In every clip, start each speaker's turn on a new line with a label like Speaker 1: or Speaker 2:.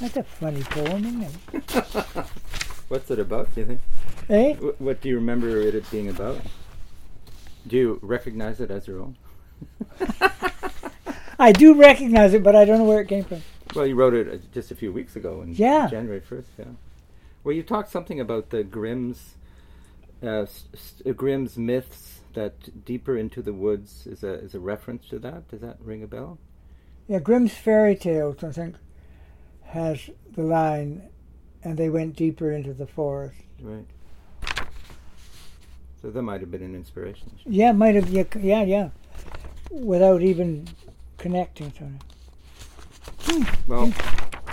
Speaker 1: That's a funny poem, isn't it?
Speaker 2: What's it about? Do you think?
Speaker 1: Eh?
Speaker 2: Wh- What do you remember it being about? Do you recognize it as your own?
Speaker 1: I do recognize it, but I don't know where it came from.
Speaker 2: Well, you wrote it uh, just a few weeks ago, in
Speaker 1: Yeah.
Speaker 2: January first. Yeah. Well, you talked something about the Grimm's uh, s- s- uh, Grimm's myths that deeper into the woods is a is a reference to that. Does that ring a bell?
Speaker 1: Yeah, Grimm's fairy tales, I think, has the line, and they went deeper into the forest.
Speaker 2: Right. So that might have been an inspiration.
Speaker 1: Yeah, it might have. Yeah, c- yeah, yeah. Without even connecting to it.
Speaker 2: Well,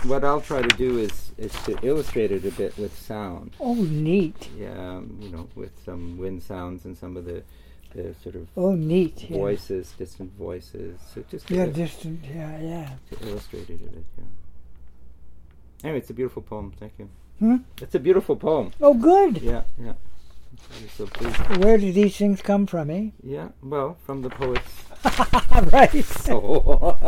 Speaker 2: what I'll try to do is is to illustrate it a bit with sound.
Speaker 1: Oh, neat.
Speaker 2: Yeah, um, you know, with some wind sounds and some of the the sort of
Speaker 1: Oh, neat. Yeah.
Speaker 2: voices, distant voices. So just to
Speaker 1: Yeah,
Speaker 2: il-
Speaker 1: distant. Yeah, yeah.
Speaker 2: to illustrate it a bit. Yeah. Anyway, it's a beautiful poem. Thank you.
Speaker 1: Hmm?
Speaker 2: It's a beautiful poem.
Speaker 1: Oh, good.
Speaker 2: Yeah, yeah. I'm so pleased.
Speaker 1: Where do these things come from, eh?
Speaker 2: Yeah, well, from the poet's
Speaker 1: right.
Speaker 2: soul.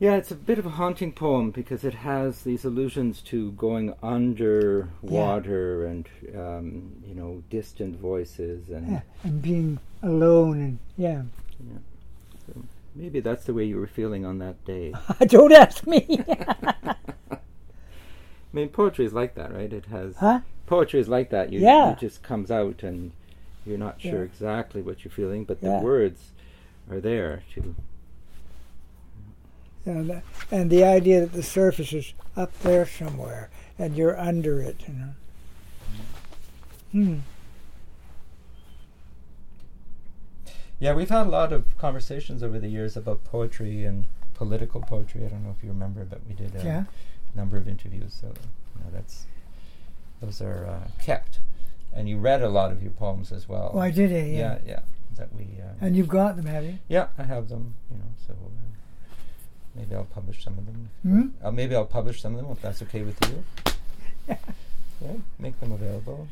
Speaker 2: yeah, it's a bit of a haunting poem because it has these allusions to going under water and um, you know distant voices, and
Speaker 1: Yeah, and being alone and yeah.
Speaker 2: maybe that's the way you were feeling on that day.
Speaker 1: Don't ask me.
Speaker 2: I mean, poetry is like that, right? It has
Speaker 1: Huh?
Speaker 2: poetry is like that. You,
Speaker 1: Yeah.
Speaker 2: it just comes out, and you're not sure
Speaker 1: Yeah.
Speaker 2: exactly what you're feeling, but
Speaker 1: Yeah.
Speaker 2: the words are there to.
Speaker 1: You know, the- and the idea that the surface is up there somewhere and you're under it. You know. Hmm.
Speaker 2: Yeah, we've had a lot of conversations over the years about poetry and political poetry. I don't know if you remember, but we did a
Speaker 1: Yeah.
Speaker 2: number of interviews. So you know, that's those are uh, kept, and you read a lot of your poems as well.
Speaker 1: Oh, I did it. Yeah.
Speaker 2: Yeah, yeah. That we. Uh,
Speaker 1: And you've got them, have you?
Speaker 2: yeah, I have them. You know, so. Uh, Maybe I'll publish some of them.
Speaker 1: Hmm?
Speaker 2: Uh, maybe I'll publish some of them if that's okay with you. Yeah, make them available.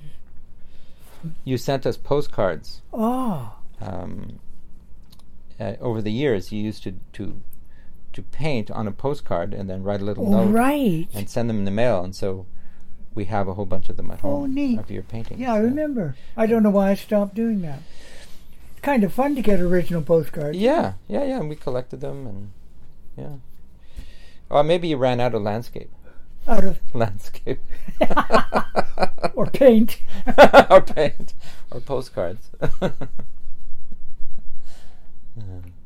Speaker 2: You sent us postcards
Speaker 1: Oh,
Speaker 2: um, uh, over the years you used to, to to paint on a postcard and then write a little
Speaker 1: oh
Speaker 2: note
Speaker 1: right.
Speaker 2: and send them in the mail and so we have a whole bunch of them at
Speaker 1: Oh,
Speaker 2: home
Speaker 1: neat.
Speaker 2: of your paintings.
Speaker 1: Yeah, I remember. I don't know why I stopped doing that. It's kind of fun to get original postcards.
Speaker 2: Yeah, yeah, yeah. And we collected them and yeah. Or maybe you ran out of landscape.
Speaker 1: Out of
Speaker 2: Landscape.
Speaker 1: or paint.
Speaker 2: or paint. Or postcards. Um,